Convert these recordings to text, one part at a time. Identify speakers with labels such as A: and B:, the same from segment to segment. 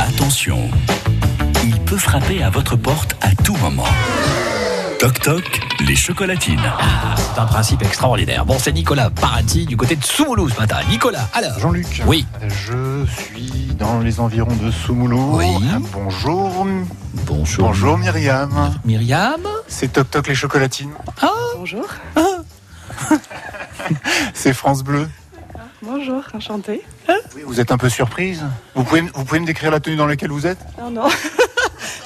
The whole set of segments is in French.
A: Attention, il peut frapper à votre porte à tout moment. Toc toc, les chocolatines.
B: Ah, C'est un principe extraordinaire. Bon, c'est Nicolas Parati du côté de Soumoulou ce matin. Nicolas, alors.
C: Jean-Luc.
B: Oui.
C: Je suis dans les environs de Soumoulou. Ah,
B: Oui.
C: Bonjour.
B: Bonjour.
C: Bonjour Myriam.
B: Myriam.
C: C'est Toc Toc les chocolatines.
D: Bonjour.
C: C'est France Bleu.
D: Bonjour, enchanté.
C: Vous êtes un peu surprise. Vous pouvez, vous pouvez me décrire la tenue dans laquelle vous êtes
D: Non, non,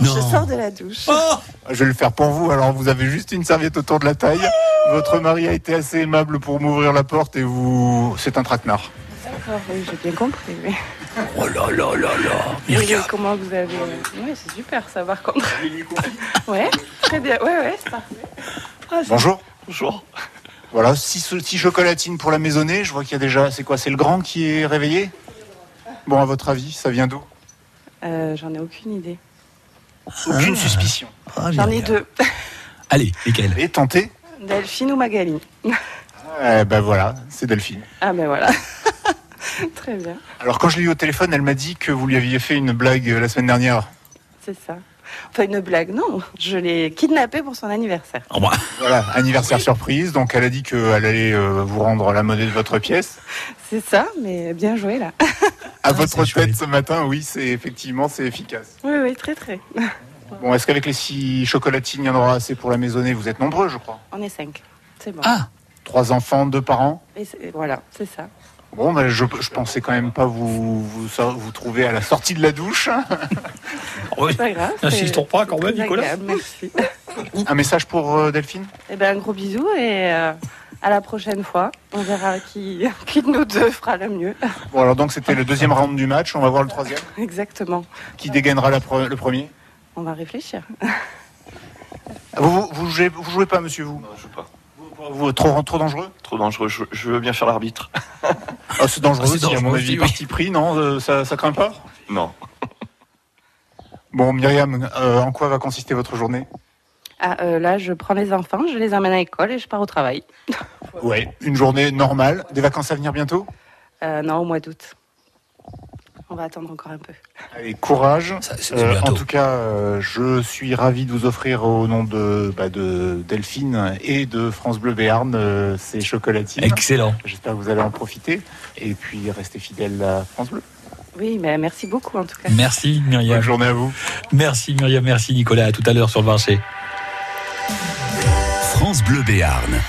D: je sors de la douche.
C: Je vais le faire pour vous. Alors vous avez juste une serviette autour de la taille. Votre mari a été assez aimable pour m'ouvrir la porte et vous. C'est un traquenard.
D: D'accord, Oh, oui, j'ai bien compris. Mais...
A: Oh là là là là, Myriam.
D: Mais Comment vous avez. euh, Oui, c'est super ça, par contre. Ouais, très bien. Ouais, ouais, c'est parfait. Ah, c'est-
C: Bonjour.
D: Bonjour.
C: Voilà, six, six chocolatines pour la maisonnée. Je vois qu'il y a déjà. C'est quoi C'est le grand qui est réveillé Bon, à votre avis, ça vient d'où
D: Euh, J'en ai aucune idée.
C: Aucune suspicion.
B: Ah,
D: J'en ai
B: Myriam.
D: deux.
B: Allez, lesquels
C: Et tentez.
D: Delphine ou Magali
C: Eh ben voilà, c'est Delphine.
D: Ah, ben voilà. très bien,
C: Alors quand je l'ai eu au téléphone, elle m'a dit que vous lui aviez fait une blague euh, la semaine dernière.
D: c'est ça. Enfin, une blague, non. Je l'ai kidnappée pour son anniversaire.
B: Oh, bah,
C: Voilà, anniversaire surprise. Donc elle a dit qu'elle allait euh, vous rendre la monnaie de votre pièce.
D: C'est ça, mais bien joué là.
C: À
B: Ah,
C: votre
B: c'est
C: tête
B: chouette.
C: ce matin, oui, c'est effectivement c'est efficace.
D: Oui, oui, très, très.
C: Bon, est-ce qu'avec les six chocolatines, il y en aura assez pour la maisonnée Vous êtes nombreux, je crois.
D: On est cinq. C'est bon.
B: Ah,
C: Trois enfants, deux parents.
D: Et c'est- voilà, c'est ça.
C: Bon, ben, je, je pensais quand même pas vous, vous ça- vous trouver à la sortie de la douche.
B: oui.
D: C'est pas grave.
B: Insistons pas quand même,
D: Très
B: Nicolas.
D: agréable, Merci.
C: Un message pour euh, Delphine
D: Eh ben, un gros bisou et euh, à la prochaine fois. On verra qui, qui de nous deux fera le mieux.
C: Bon, alors donc c'était le deuxième round du match. On va voir le troisième.
D: Exactement.
C: Qui dégainera la pre- le premier
D: On va réfléchir.
C: Vous, vous, vous jouez, vous jouez pas, monsieur, vous
E: Non, je veux pas.
C: Vous, vous- trop, trop dangereux
E: Trop dangereux. Je, je veux bien faire l'arbitre.
C: Ah, C'est dangereux,
B: Ah, c'est
C: si, à mon
B: dangereux,
C: avis,
B: oui.
C: parti pris, non euh, ça, ça craint pas
E: Non.
C: Bon, Myriam, euh, en quoi va consister votre journée
D: Ah, euh, là, je prends les enfants, je les emmène à l'école et je pars au travail.
C: Ouais, une journée normale. Des vacances à venir bientôt
D: Euh, non, au mois d'août. On va attendre encore un peu.
C: Allez, courage.
B: Ça, c'est
C: Euh, en
B: bientôt.
C: tout cas, euh, je suis ravi de vous offrir au nom de, bah, de Delphine et de France Bleu Béarn euh, ces chocolatines.
B: Excellent.
C: J'espère que vous allez en profiter. Et puis, restez fidèles à France Bleu.
D: Oui, mais merci beaucoup en tout cas.
B: Merci Myriam.
C: Bonne journée à vous.
B: Merci Myriam, merci Nicolas. À tout à l'heure sur le marché.
A: France Bleu Béarn.